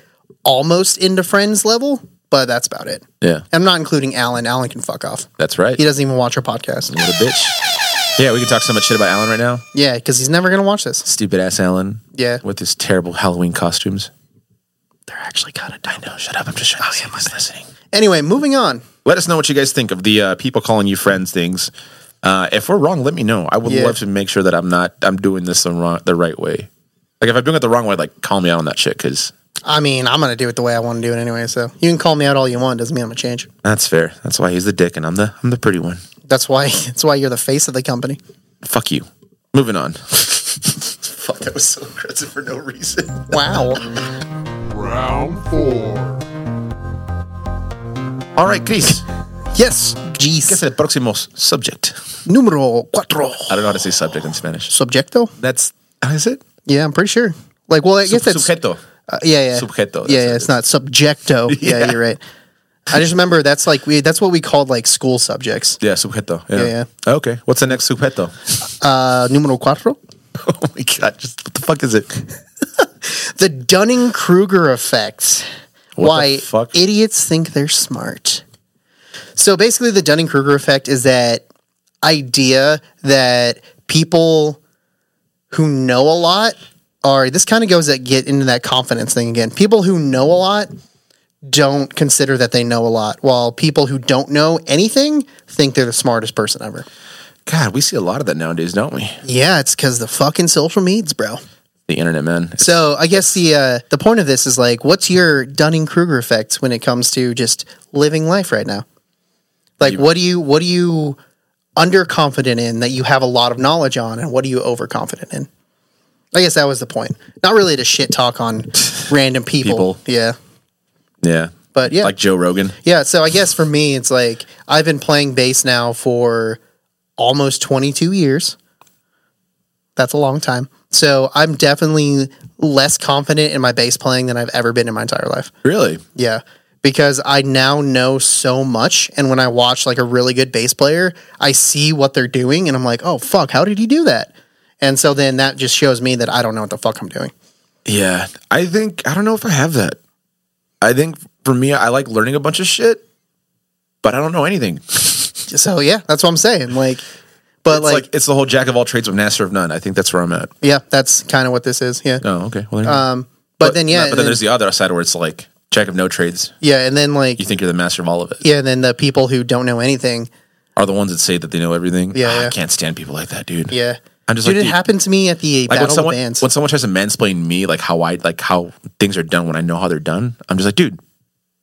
S2: almost into friends level, but that's about it.
S1: yeah,
S2: I'm not including Alan. Alan can fuck off.
S1: that's right.
S2: He doesn't even watch our podcast.
S1: What a bitch. Yeah, we can talk so much shit about Alan right now.
S2: Yeah, because he's never gonna watch this.
S1: Stupid ass Alan.
S2: Yeah.
S1: with his terrible Halloween costumes.
S2: They're actually kind of
S1: I know. Shut up. I'm just trying to see who's listening.
S2: Anyway, moving on.
S1: Let us know what you guys think of the uh, people calling you friends things. Uh, if we're wrong, let me know. I would
S2: Yeah.
S1: love to make sure that I'm not I'm doing this the wrong the right way. Like if I'm doing it the wrong way, like call me out on that shit because
S2: I mean, I'm gonna do it the way I want to do it anyway. So you can call me out all you want. Doesn't mean I'm gonna change.
S1: that's fair. That's why he's the dick and I'm the I'm the pretty one.
S2: That's why. That's why you're the face of the company.
S1: Fuck you. Moving on. Fuck, that was so aggressive for no reason.
S2: Wow.
S3: Round four.
S1: All right, Chris.
S2: yes.
S1: ¿Qué es
S2: Jeez.
S1: el próximo subject?
S2: Numero cuatro.
S1: I don't know how to say subject in Spanish.
S2: Subjecto.
S1: That's how is it?
S2: Yeah, I'm pretty sure. Like, well, I guess that's
S1: Subjeto.
S2: uh, yeah, yeah,
S1: Subjeto, that's
S2: Yeah,
S1: what
S2: yeah,
S1: it
S2: it's not subjecto. yeah.
S1: Yeah.
S2: you're right. I just remember that's like we that's what we called like school subjects.
S1: Yeah, subjeto.
S2: Yeah,
S1: Okay. What's the next subjeto?
S2: Uh, numero cuatro,
S1: Oh my god! Just what the fuck is it?
S2: the Dunning Kruger effect.
S1: the
S2: Why
S1: fuck?
S2: idiots think they're smart. So basically, the Dunning Kruger effect is that idea that people who know a lot are. This kind of goes that get into that confidence thing again. People who know a lot don't consider that they know a lot, while people who don't know anything think they're the smartest person ever.
S1: God, we see a lot of that nowadays, don't we?
S2: Yeah, it's because the fucking social meds, bro.
S1: The internet, man. It's
S2: So I guess the uh, the point of this is like, what's your Dunning Kruger effect when it comes to just living life right now? Like, what do you what do you underconfident in that you have a lot of knowledge on, and what are you overconfident in? I guess that was the point. Not really to shit talk on random people.
S1: People.
S2: Yeah,
S1: yeah,
S2: but yeah,
S1: like Joe Rogan.
S2: yeah. So I guess for me, it's like I've been playing bass now for almost 22 years. That's a long time. So I'm definitely less confident in my bass playing than I've ever been in my entire life.
S1: Really?
S2: Yeah. Because I now know so much. And when I watch like a really good bass player, I see what they're doing and I'm like, oh, fuck, how did he do that? And so then that just shows me that I don't know what the fuck I'm doing.
S1: Yeah. I think I don't know if I have that. I think for me, I like learning a bunch of shit, but I don't know anything.
S2: So yeah, that's what I'm saying. Like, but
S1: It's like,
S2: like,
S1: it's the whole jack of all trades with master of none. I think that's where I'm at.
S2: yeah, that's kind of what this is. Yeah.
S1: Oh, okay. Well, there you go.
S2: Um, but, then
S1: but
S2: yeah,
S1: then,
S2: and then-
S1: there's the other side where it's like jack of no trades.
S2: yeah, and then like
S1: You think you're the master of all of it.
S2: yeah, and then the people who don't know anything.
S1: Are the ones that say that they know everything.
S2: Yeah,
S1: Ah, I
S2: yeah.
S1: can't stand people like that, dude.
S2: Yeah,
S1: I'm just
S2: dude,
S1: like,
S2: it
S1: dude,
S2: happened to me at the
S1: like when
S2: Battle
S1: someone
S2: of Bands.
S1: when someone tries to mansplain me like how I like how things are done when I know how they're done, I'm just like, dude,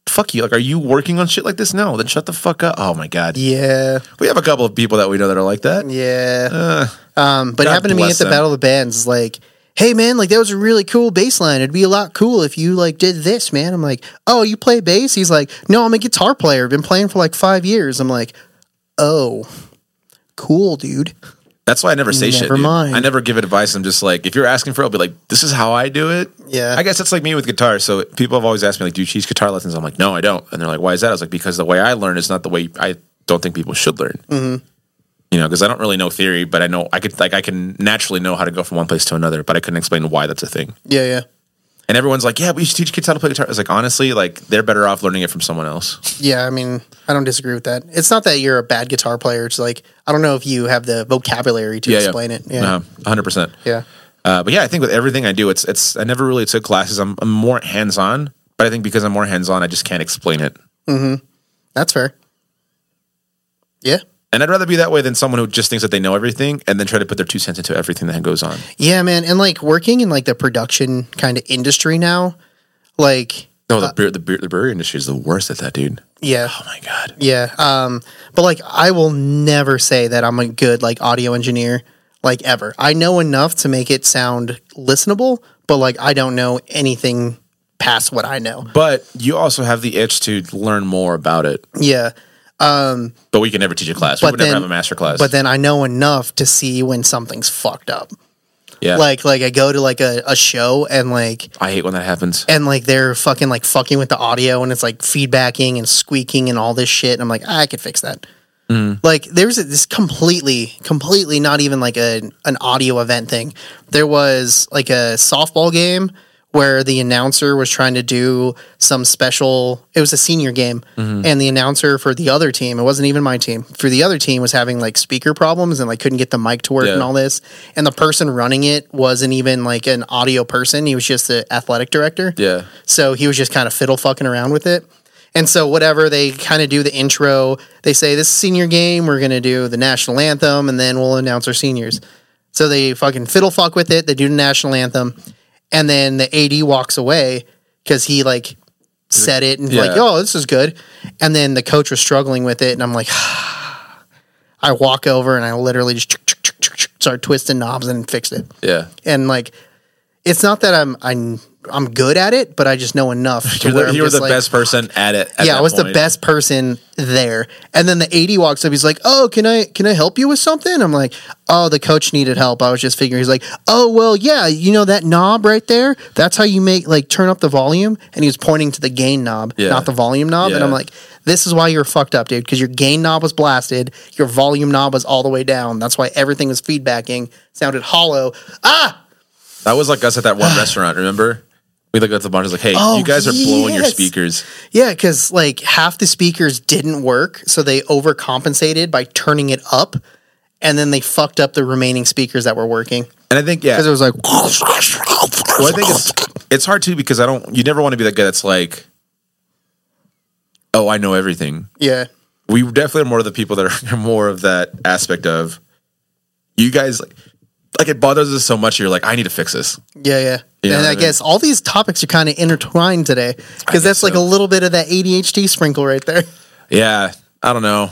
S1: fuck you. Like, are you working on shit like this? No, then shut the fuck up. Oh my god,
S2: Yeah,
S1: we have a couple of people that we know that are like that.
S2: yeah.
S1: Uh,
S2: Um, but
S1: God
S2: it happened to me at
S1: bless
S2: the
S1: them.
S2: Battle of the Bands. Like hey man, like that was a really cool bass line. It'd be a lot cool if you like did this, man. I'm like, oh, you play bass? He's like, no, I'm a guitar player. I've been playing for like five years. I'm like, oh, cool, dude.
S1: That's why I never say shit.
S2: Never
S1: dude.
S2: mind.
S1: I never give advice. I'm just like, if you're asking for it, I'll be like, this is how I do it.
S2: Yeah.
S1: I guess that's like me with guitar. So people have always asked me, like, do you teach guitar lessons? I'm like, no, I don't. And they're like, why is that? I was like, because the way I learn is not the way I don't think people should learn.
S2: Mm-hmm.
S1: You know, because I don't really know theory, but I know I could, like, I can naturally know how to go from one place to another, but I couldn't explain why that's a thing.
S2: Yeah, yeah,
S1: And everyone's like, yeah, we should teach kids how to play guitar. I was like, honestly, like, they're better off learning it from someone else.
S2: yeah. I mean, I don't disagree with that. It's not that you're a bad guitar player. It's like I don't know if you have the vocabulary to
S1: Yeah, yeah.
S2: explain it. Yeah,
S1: Uh, 100%.
S2: yeah,
S1: Uh, but yeah, I think with everything I do, it's it's I never really took classes. I'm, I'm more hands on, but I think because I'm more hands on, I just can't explain it.
S2: that's fair. Yeah,
S1: And I'd rather be that way than someone who just thinks that they know everything and then try to put their two cents into everything that goes on.
S2: yeah, man. And like working in like the production kind of industry now, like
S1: No, the beer, the beer, the brewery industry is the worst at that, dude.
S2: yeah,
S1: Oh my god.
S2: Yeah. Um, but like I will never say that I'm a good like audio engineer, like ever. I know enough to make it sound listenable, but like I don't know anything past what I know.
S1: But you also have the itch to learn more about it.
S2: Yeah.
S1: But we can never teach a class. we
S2: But
S1: would
S2: then-
S1: never have a master class.
S2: But then I know enough to see when something's fucked up.
S1: yeah,
S2: Like like I go to like a, a show and like
S1: I hate when that happens.
S2: and like they're fucking like fucking with the audio and it's like feedbacking and squeaking and all this shit. And I'm like, I could fix that. Like there's a, this completely, completely not even like a an audio event thing. There was like a softball game where the announcer was trying to do some special. It was a senior game, and the announcer for the other team, it wasn't even my team, for the other team was having like speaker problems and like couldn't get the mic to work
S1: Yeah.
S2: and all this. And the person running it wasn't even like an audio person; he was just the athletic director.
S1: Yeah.
S2: So he was just kind of fiddle fucking around with it. And so whatever they kind of do the intro, they say this is senior game, we're gonna do the national anthem, and then we'll announce our seniors. So they fucking fiddle fuck with it. They do the national anthem, and then the AD walks away because he like said it and like,
S1: Yeah.
S2: oh, this is good. And then the coach was struggling with it, and I'm like, I walk over and I literally just start twisting knobs and fixed it
S1: Yeah,
S2: and like it's not that I'm I'm I'm good at it, but I just know enough. to
S1: you're
S2: where
S1: the,
S2: I'm
S1: you were
S2: just
S1: the
S2: like,
S1: best person at it. at
S2: Yeah,
S1: that
S2: I was the
S1: point.
S2: best person there. And then the eighty walks up. He's like, "Oh, can I can I help you with something?" I'm like, "Oh, the coach needed help. I was just figuring." He's like, "Oh, well, yeah, you know that knob right there. That's how you make like turn up the volume." And he was pointing to the gain knob,
S1: Yeah.
S2: not the volume knob. And
S1: Yeah.
S2: I'm like, "This is why you're fucked up, dude. Because your gain knob was blasted. Your volume knob was all the way down. That's why everything was feedbacking. Sounded hollow.
S1: That was like us at that one restaurant. Remember, we looked at the bar. and was like, hey,
S2: Oh,
S1: you guys are blowing your
S2: yes.
S1: speakers.
S2: Yeah, because like half the speakers didn't work, so they overcompensated by turning it up, and then they fucked up the remaining speakers that were working.
S1: And I think yeah,
S2: Because it was like,
S1: Well, I think it's it's hard too because I don't. You never want to be that guy that's like, oh, I know everything.
S2: yeah,
S1: We definitely are more of the people that are more of that aspect of you guys. Like, like it bothers us so much. You're like, I need to fix this.
S2: yeah, yeah.
S1: You know
S2: and
S1: what
S2: I,
S1: I mean?
S2: guess all these topics are kind of intertwined today, because
S1: guess
S2: that's like
S1: so.
S2: a little bit of that ADHD sprinkle right there.
S1: Yeah, I don't know.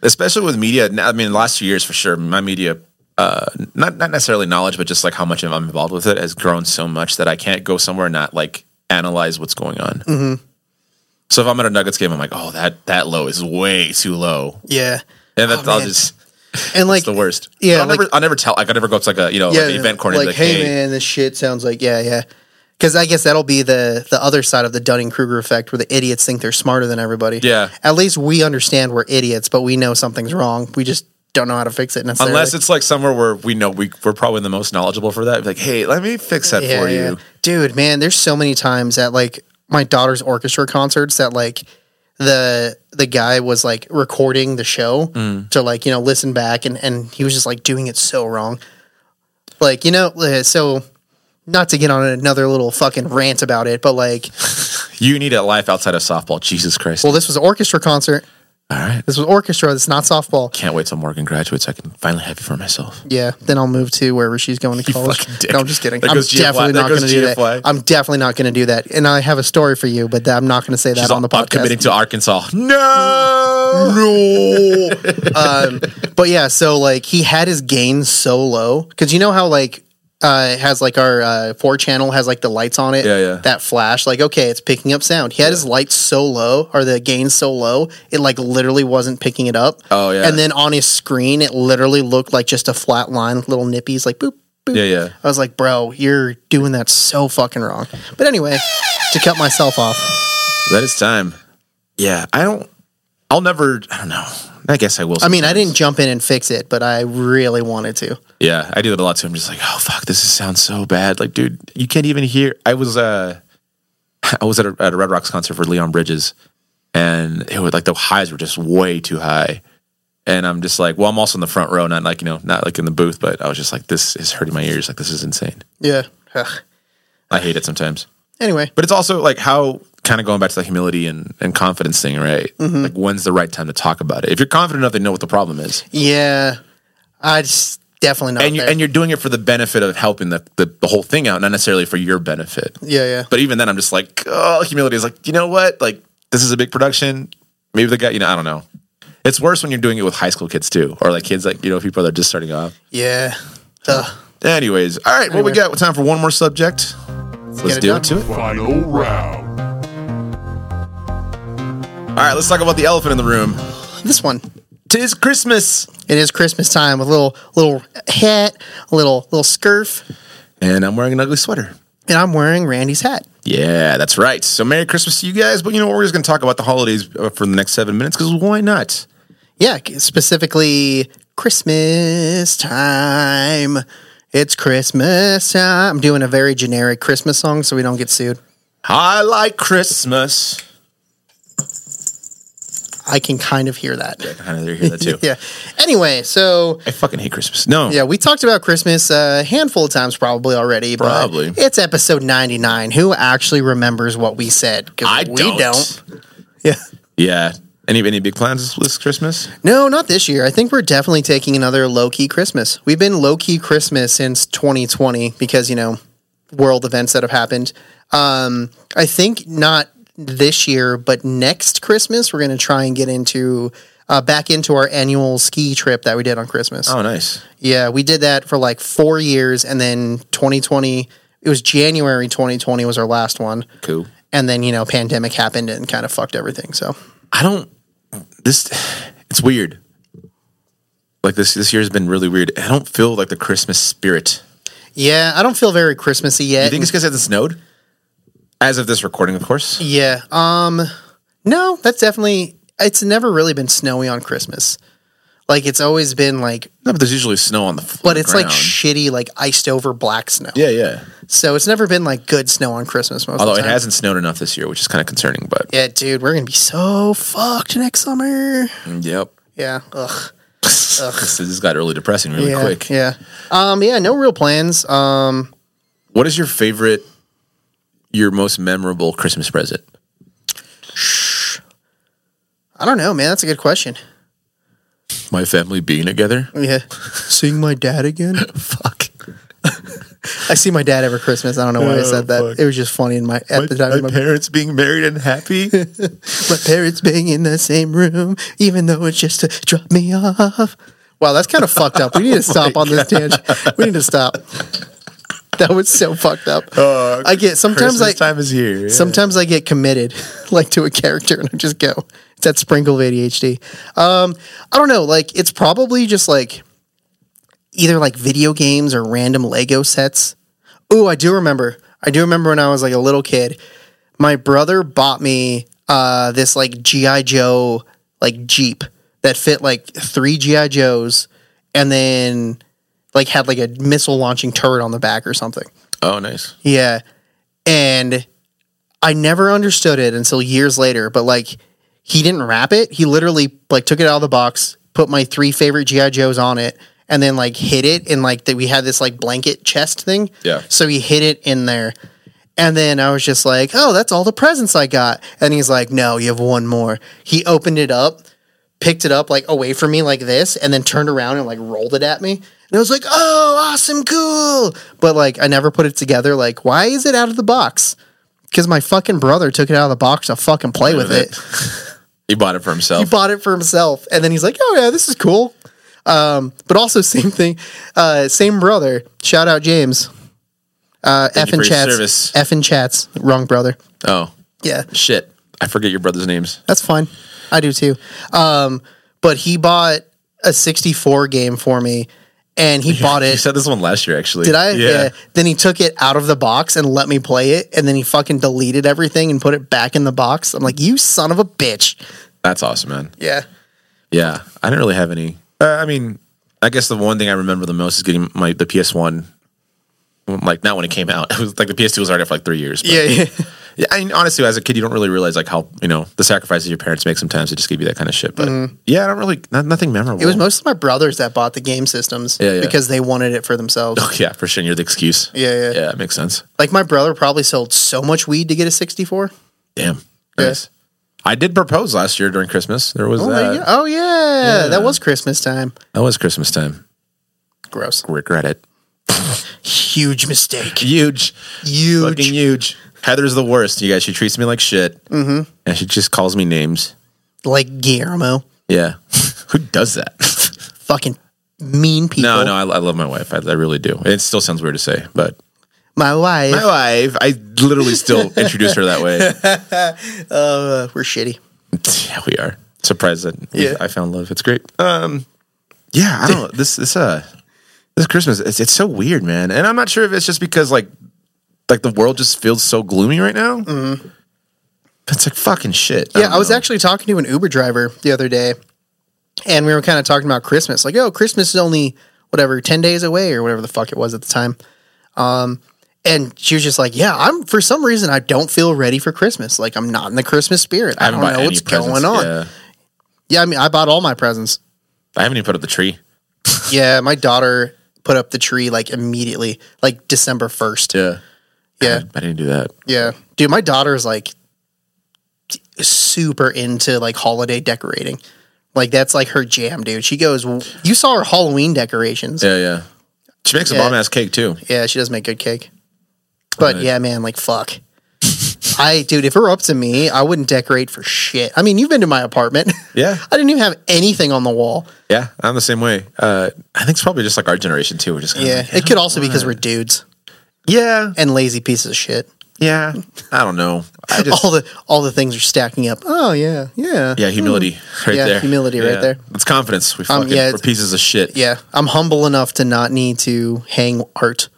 S1: Especially with media. now- I mean, last few years for sure. My media. Uh, not not necessarily knowledge, but just like how much I'm involved with it has grown so much that I can't go somewhere and not like analyze what's going on.
S2: Mm-hmm.
S1: So if I'm at a Nuggets game, I'm like, oh, that that low is way too low.
S2: Yeah,
S1: And that,
S2: Oh,
S1: I'll
S2: man.
S1: just
S2: and like
S1: it's the worst.
S2: yeah,
S1: But I'll,
S2: like-
S1: never, I'll never tell. Like I never go to like a you know like an event coordinator.
S2: Like, hey, man, this shit sounds like yeah, yeah. Because I guess that'll be the the other side of the Dunning Kruger effect, where the idiots think they're smarter than everybody.
S1: Yeah.
S2: At least we understand we're idiots, but we know something's wrong. We just don't know how to fix it. Necessarily.
S1: Unless it's like somewhere where we know we we're probably the most knowledgeable for that. Like, hey, let me fix that for you.
S2: dude, man. There's so many times at like my daughter's orchestra concerts that like the the guy was like recording the show
S1: Mm.
S2: to like you know listen back and and he was just like doing it so wrong, like you know uh, so. Not to get on another little fucking rant about it, but like,
S1: You need a life outside of softball. Jesus Christ!
S2: well, this was an orchestra concert.
S1: All right,
S2: This was orchestra. It's not softball.
S1: can't wait till Morgan graduates. I can finally have it for myself.
S2: Yeah, then I'll move to wherever she's going to college.
S1: fucking dick.
S2: No, I'm just kidding.
S1: There
S2: I'm
S1: goes GFY.
S2: definitely
S1: There
S2: not
S1: goes
S2: going to do
S1: GFY.
S2: that. I'm definitely not going to do that. And I have a story for you, but that, I'm not going to say that
S1: She's
S2: on the
S1: all- I'm
S2: podcast.
S1: committing to Arkansas. No,
S2: No. um, but yeah, so like he had his gain so low because you know how like uh, it has like our uh, four channel has like the lights on it.
S1: Yeah, yeah.
S2: That flash, like okay, it's picking up sound. He had his lights so low or the gain so low, it like literally wasn't picking it up.
S1: Oh, yeah.
S2: And then on his screen, it literally looked like just a flat line, little nippies, like boop. boop.
S1: Yeah, yeah.
S2: I was like, bro, you're doing that so fucking wrong. But anyway, to cut myself off,
S1: That is time. Yeah, I don't. I'll never. I don't know. I guess I will.
S2: I mean, I
S1: sometimes.
S2: didn't jump in and fix it, but I really wanted to.
S1: Yeah, I do that a lot too. I'm just like, oh fuck, this is, sounds so bad. Like, dude, you can't even hear. I was uh, I was at a, at a Red Rocks concert for Leon Bridges, and it was like the highs were just way too high, and I'm just like, well, I'm also in the front row, not like you know, not like in the booth, but I was just like, this is hurting my ears. Like, this is insane.
S2: Yeah. Ugh.
S1: I hate it sometimes.
S2: Anyway,
S1: But it's also like how kind of going back to the humility and, and confidence thing, right? Like, when's the right time to talk about it? If you're confident enough to know what the problem is,
S2: yeah, I just definitely not.
S1: and you
S2: there.
S1: and you're doing it for the benefit of helping the, the the whole thing out, not necessarily for your benefit.
S2: yeah, yeah.
S1: But even then, I'm just like, oh, humility is like, you know what? Like, this is a big production. Maybe the guy, you know, I don't know. It's worse when you're doing it with high school kids too, or like kids like you know people that are just starting off.
S2: Yeah. Ugh.
S1: Anyways, all right, what we got? Time for one more subject. Let's,
S2: it
S1: do
S2: done.
S1: it to it.
S3: Final round.
S1: All right, let's talk about the elephant in the room.
S2: This one.
S1: Tis Christmas,
S2: It is Christmas time with a little little hat, a little little scarf,
S1: and I'm wearing an ugly sweater.
S2: and I'm wearing Randy's hat.
S1: Yeah, that's right. So Merry Christmas to you guys. But you know what? We're just going to talk about the holidays uh, for the next seven minutes because why not?
S2: Yeah, specifically Christmas time. It's Christmas time. I'm doing a very generic Christmas song so we don't get sued.
S1: I like Christmas.
S2: I can kind of hear that.
S1: I kind of hear that too.
S2: Yeah. Anyway, so
S1: I fucking hate Christmas. No.
S2: yeah, we talked about Christmas a handful of times probably already. but
S1: Probably.
S2: it's episode 99. Who actually remembers what we said? 'Cause
S1: I
S2: we
S1: don't.
S2: Yeah.
S1: Yeah. Any any big plans this Christmas?
S2: No, not this year. I think we're definitely taking another low key Christmas. We've been low key Christmas since 2020 because, you know, world events that have happened. Um, I think not this year, but next Christmas, we're going to try and get into. Uh, back into our annual ski trip that we did on Christmas.
S1: Oh, nice.
S2: Yeah, we did that for like four years, and then 2020. It was January 2020 was our last one,
S1: Cool.
S2: and then you know pandemic happened and kind of fucked everything. So
S1: I don't. This it's weird. Like this this year has been really weird. I don't feel like the Christmas spirit.
S2: yeah, I don't feel very Christmassy yet.
S1: You think it's because it hasn't snowed? As of this recording, of course.
S2: Yeah. Um no, that's definitely it's never really been snowy on Christmas. Like it's always been like
S1: No, but there's usually snow on the. f-
S2: but
S1: the
S2: it's like
S1: ground.
S2: shitty like iced over black snow.
S1: yeah, yeah.
S2: So it's never been like good snow on Christmas most
S1: Although
S2: of the
S1: it
S2: time.
S1: hasn't snowed enough this year, which is kind of concerning. But
S2: Yeah, dude, we're going to be so fucked next summer.
S1: yep,
S2: Yeah. Ugh.
S1: this, this got really depressing really
S2: Yeah.
S1: quick.
S2: Yeah. Um yeah, no real plans. Um
S1: What is your favorite, your most memorable Christmas present?
S2: I don't know, man. That's a good question.
S1: My family being together.
S2: Yeah. Seeing my dad again?
S1: Fuck.
S2: I see my dad every Christmas. I don't know why I
S1: Oh,
S2: said that.
S1: fuck.
S2: It was just funny in my at the time. in my
S1: parents being married and happy.
S2: My parents being in the same room, even though it's just to drop me off. Wow, that's kind of fucked up. We need to stop on this tangent. We need to stop. That was so fucked up. I get sometimes I
S1: Uh, time is here. yeah.
S2: sometimes I get committed like to a character and I just go. It's that sprinkle of ADHD. Um, I don't know. Like it's probably just like either like video games or random Lego sets. Ooh, I do remember. I do remember when I was like a little kid, my brother bought me uh, this like GI Joe like Jeep that fit like three GI Joes, and then like had like a missile launching turret on the back or something.
S1: Oh, nice.
S2: Yeah. And I never understood it until years later, but like he didn't wrap it. He literally like took it out of the box, put my three favorite GI Joes on it, and then like hid it in like that we had this like blanket chest thing.
S1: Yeah.
S2: So he hid it in there. And then I was just like, "Oh, that's all the presents I got." And he's like, "No, you have one more." He opened it up, picked it up like away from me like this and then turned around and like rolled it at me. And I was like, "Oh, awesome, cool." But like I never put it together like why is it out of the box? Cuz my fucking brother took it out of the box to fucking play with it.
S1: He bought it for
S2: He
S1: himself.
S2: bought it for himself and then he's like, "Oh yeah, this is cool." Um, but also same thing, uh, same brother. Shout out James. Uh, F
S1: you
S2: and
S1: for your
S2: chats.
S1: service.
S2: F and chats. Wrong brother.
S1: Oh
S2: Yeah.
S1: shit! I forget your brother's names.
S2: That's fine. I do too. Um, but he bought a 64 game for me and he bought
S1: You
S2: it.
S1: said this one last year, actually.
S2: Did I?
S1: Yeah.
S2: Then he took it out of the box and let me play it. And then he fucking deleted everything and put it back in the box. I'm like, you son of a bitch.
S1: That's awesome, man.
S2: Yeah.
S1: Yeah, I didn't really have any. Uh, I mean, I guess the one thing I remember the most is getting my the PS One. Like not when it came out. It was like the PS2 was already out for like three years. but-
S2: Yeah. yeah.
S1: Yeah, I mean, honestly, as a kid, you don't really realize like how you know the sacrifices your parents make sometimes to just give you that kind of shit. But yeah, I don't really not, nothing memorable.
S2: Mm-hmm. It was mostly my brothers that bought the game systems
S1: Yeah, yeah.
S2: because they wanted it for themselves.
S1: Oh, yeah for sure. You're the excuse.
S2: Yeah, yeah.
S1: yeah. It makes sense.
S2: Like my brother probably sold so much weed to get a 64.
S1: Damn. Nice. I did propose last year during Christmas. There was
S2: Oh, there you
S1: that.
S2: go. oh yeah. That was Christmas time.
S1: That was Christmas time.
S2: Gross.
S1: Regret it.
S2: Huge mistake.
S1: Huge.
S2: Huge.
S1: Fucking huge. Heather's the worst, you guys. She treats me like shit. Mm-hmm. And she just calls me names.
S2: Like Guillermo.
S1: Yeah. Who does that?
S2: Fucking mean people.
S1: no, no, I, I love my wife. I, I really do. It still sounds weird to say, but
S2: My wife.
S1: my wife, I literally still introduce her that way.
S2: uh, we're shitty.
S1: Yeah, we are. Surprised that
S2: Yeah.
S1: I found love. It's great. Um, yeah, I don't know. This this uh this Christmas it's it's so weird, man. And I'm not sure if it's just because like like the world just feels so gloomy right now. Mm-hmm. It's like fucking shit. Um,
S2: yeah,
S1: don't
S2: I was
S1: know.
S2: actually talking to an Uber driver the other day, and we were kind of talking about Christmas. Like, oh, Christmas is only whatever ten days away or whatever the fuck it was at the time. Um, and she was just like, "Yeah, I'm for some reason I don't feel ready for Christmas. Like, I'm not in the Christmas spirit. I,
S1: haven't
S2: don't
S1: bought
S2: know
S1: any
S2: what's
S1: presents.
S2: going on. Yeah.
S1: Yeah.
S2: I mean, I bought all my presents.
S1: I haven't even put up the tree.
S2: yeah, my daughter put up the tree like immediately, like December first.
S1: Yeah.
S2: Yeah.
S1: I didn't do that.
S2: Yeah. Dude, my daughter is like super into like holiday decorating. Like that's like her jam, dude. She goes, you saw her Halloween decorations. Yeah,
S1: Yeah, yeah. She makes a
S2: Yeah.
S1: bomb ass cake too.
S2: she does make good cake. But
S1: Right.
S2: yeah, man, like fuck. I dude, if it were up to me, I wouldn't decorate for shit. I mean, you've been to my apartment.
S1: Yeah.
S2: I didn't even have anything on the wall.
S1: Yeah, I'm the same way. Uh, I think it's probably just like our generation too. We're just kinda
S2: Yeah.
S1: like,
S2: It could also be because we're dudes
S1: yeah,
S2: and lazy pieces of shit.
S1: yeah. I don't know. I just
S2: all the all the things are stacking up. Oh yeah. Yeah.
S1: Yeah, humility right
S2: Hmm. Yeah,
S1: there.
S2: humility right there.
S1: It's confidence. We
S2: Um,
S1: fucking
S2: yeah,
S1: we're
S2: it's-
S1: pieces of shit.
S2: yeah, I'm humble enough to not need to hang art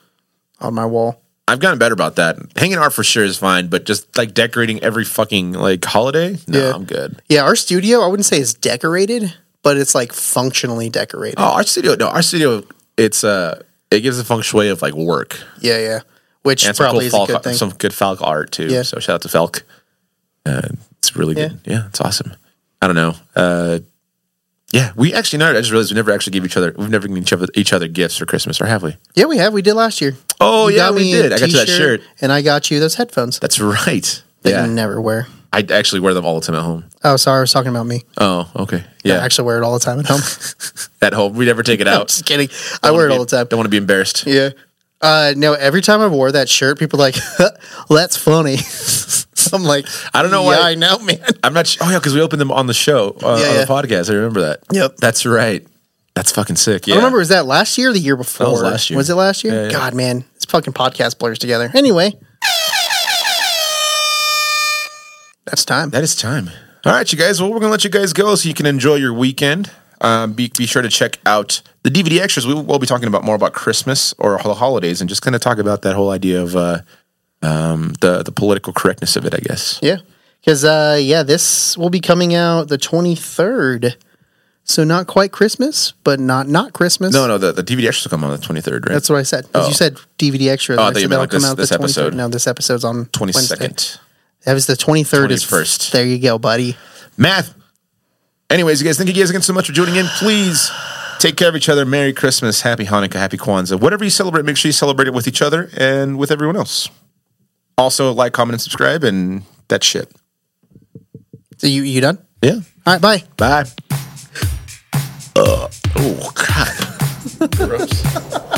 S2: on my wall.
S1: I've gotten better about that. Hanging art for sure is fine, but just like decorating every fucking like holiday, no,
S2: Yeah.
S1: I'm good.
S2: Yeah, our studio, I wouldn't say it's decorated, but it's like functionally decorated.
S1: Oh, our studio, no, our studio, it's uh, it gives a feng shui of like work
S2: Yeah, yeah. Which
S1: and some
S2: probably
S1: cool
S2: is a
S1: falc,
S2: good thing.
S1: some good falc art too.
S2: Yeah.
S1: So shout out to falc. Uh, it's really good. Yeah, it's awesome. I don't know. Uh, yeah, we actually no, I just realized we never actually gave each other. We've never given each other each other gifts for Christmas, or have we?
S2: yeah, we have. We did last year.
S1: Oh
S2: You
S1: yeah,
S2: got
S1: we
S2: me a
S1: did. I got you that shirt.
S2: t-shirt, And I got you those headphones
S1: That's right.
S2: that
S1: Yeah.
S2: you never wear.
S1: I actually wear them all the time at home.
S2: Oh, sorry. I was talking about me.
S1: Oh, okay.
S2: Yeah.
S1: Yeah.
S2: I actually wear it all the time at home.
S1: at home. We never take it out.
S2: Just kidding. I wear it all the time.
S1: Don't want to be embarrassed.
S2: Yeah. Uh, no, every time I wore that shirt, people were like, that's funny. I'm like,
S1: I don't know
S2: yeah,
S1: why-
S2: I know, man.
S1: I'm not. Sh- oh yeah, because we opened them on the show uh,
S2: Yeah,
S1: on
S2: yeah.
S1: the podcast. I remember that.
S2: Yep.
S1: That's right. That's fucking sick. Yeah.
S2: I remember was that last year or the year before?
S1: was last year.
S2: Was it last year?
S1: yeah.
S2: God, man, this fucking podcast blurs together. Anyway, that's time.
S1: That is time. All right, you guys. Well, we're gonna let you guys go so you can enjoy your weekend. Um, be be sure to check out the DVD extras. We will be talking about more about Christmas or the holidays, and just kind of talk about that whole idea of uh, um, the the political correctness of it. I guess.
S2: Yeah, because uh, yeah, this will be coming out the twenty third. So not quite Christmas, but not not Christmas.
S1: No, no. The, the DVD extras will come on the 23rd, right?
S2: that's what I said. 'Cause You said DVD extra.
S1: Oh, I
S2: I
S1: thought you
S2: said
S1: meant
S2: that'll
S1: like this- this
S2: 23rd.
S1: episode.
S2: No, this episode's on
S1: 22nd.
S2: Wednesday. That was the twenty third. Is
S1: 21st.
S2: There you go, buddy.
S1: math. Anyways, you guys, thank you guys again so much for joining in. Please take care of each other. Merry Christmas, Happy Hanukkah, Happy Kwanzaa. Whatever you celebrate, make sure you celebrate it with each other and with everyone else. Also, like, comment, and subscribe, and that shit.
S2: So you you done?
S1: Yeah.
S2: All right, bye.
S1: Bye. Uh, oh, God. Gross.